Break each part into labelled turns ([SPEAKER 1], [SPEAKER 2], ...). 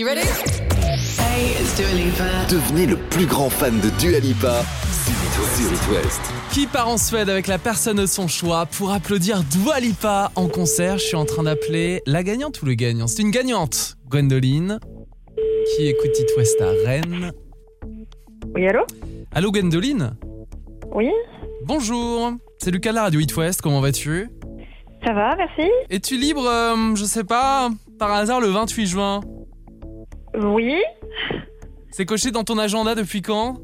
[SPEAKER 1] You ready?
[SPEAKER 2] Hey, it's Dua Lipa.
[SPEAKER 3] Devenez le plus grand fan de Dua Lipa sur It West.
[SPEAKER 4] Qui part en Suède avec la personne de son choix pour applaudir Dua Lipa en concert Je suis en train d'appeler la gagnante ou le gagnant C'est une gagnante, Gwendoline, qui écoute It West à Rennes.
[SPEAKER 5] Oui, allô
[SPEAKER 4] Allô Gwendoline
[SPEAKER 5] Oui,
[SPEAKER 4] Bonjour C'est Lucas de la radio It West, comment vas-tu
[SPEAKER 5] ça va, merci.
[SPEAKER 4] Es-tu libre, euh, je sais pas, par hasard le 28 juin
[SPEAKER 5] Oui,
[SPEAKER 4] C'est coché dans ton agenda depuis quand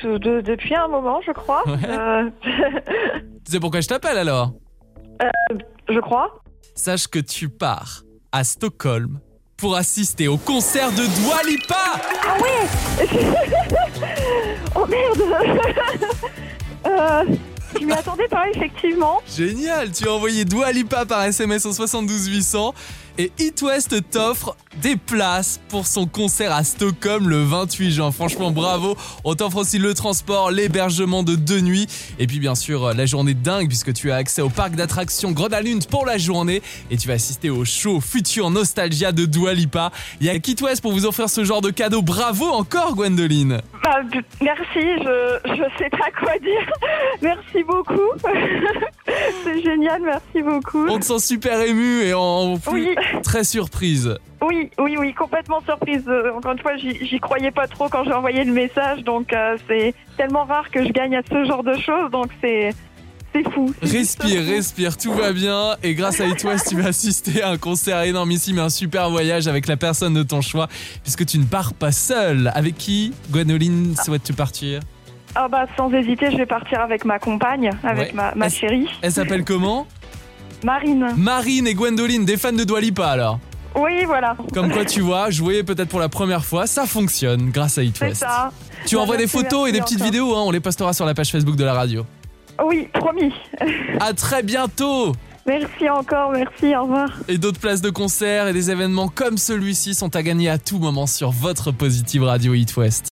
[SPEAKER 5] tout- de- depuis un moment, je crois.
[SPEAKER 4] Ouais.
[SPEAKER 5] Euh,
[SPEAKER 4] Tu sais pourquoi je t'appelle alors
[SPEAKER 5] je crois.
[SPEAKER 4] sache que tu pars à Stockholm pour assister au concert de Dua Lipa.
[SPEAKER 5] Oh merde euh, Je m'y attendais pas, effectivement.
[SPEAKER 4] Génial, tu as envoyé Dua Lipa par SMS au 72 800 et It West t'offre des places pour son concert à Stockholm le 28 juin. Franchement, bravo. On t'offre aussi le transport, l'hébergement de deux nuits et puis bien sûr la journée dingue puisque tu as accès au parc d'attractions Grenalund pour la journée et tu vas assister au show Futur Nostalgia de Dua Lipa. Il y a It West pour vous offrir ce genre de cadeau. Bravo encore Gwendoline.
[SPEAKER 5] Bah, b- merci, je, je sais pas quoi dire. Merci beaucoup. C'est génial, merci beaucoup.
[SPEAKER 4] On te sent super ému et en en plus
[SPEAKER 5] Oui,
[SPEAKER 4] très surprise.
[SPEAKER 5] oui, oui, oui, complètement surprise. Euh, Encore une fois, j'y j'y croyais pas trop quand j'ai envoyé le message, donc euh, c'est tellement rare que je gagne à ce genre de choses, donc c'est c'est fou. C'est juste
[SPEAKER 4] Respire,
[SPEAKER 5] fou.
[SPEAKER 4] respire, tout va bien. Et grâce à It West, tu vas assister à un concert énormissime, et un super voyage avec la personne de ton choix, puisque tu ne pars pas seule. Avec qui, Gwenoline, souhaites-tu partir
[SPEAKER 5] Ah bah sans hésiter, je vais partir avec ma compagne, avec
[SPEAKER 4] Ouais.
[SPEAKER 5] ma, ma
[SPEAKER 4] Est-ce-
[SPEAKER 5] chérie,
[SPEAKER 4] Elle s'appelle comment
[SPEAKER 5] Marine.
[SPEAKER 4] Marine et Gwendoline, des fans de Dua Lipa alors.
[SPEAKER 5] Oui, voilà.
[SPEAKER 4] Comme quoi, tu vois, jouer peut-être pour la première fois, ça fonctionne grâce à It
[SPEAKER 5] C'est
[SPEAKER 4] West.
[SPEAKER 5] ça.
[SPEAKER 4] Tu
[SPEAKER 5] Bah,
[SPEAKER 4] envoies des
[SPEAKER 5] merci,
[SPEAKER 4] photos et
[SPEAKER 5] merci
[SPEAKER 4] des petites
[SPEAKER 5] encore.
[SPEAKER 4] vidéos, hein, on les postera sur la page Facebook de la radio.
[SPEAKER 5] Oui, promis.
[SPEAKER 4] À très bientôt
[SPEAKER 5] Merci encore, merci, au revoir.
[SPEAKER 4] Et d'autres places de concert et des événements comme celui-ci sont à gagner à tout moment sur votre Positive Radio Hit West.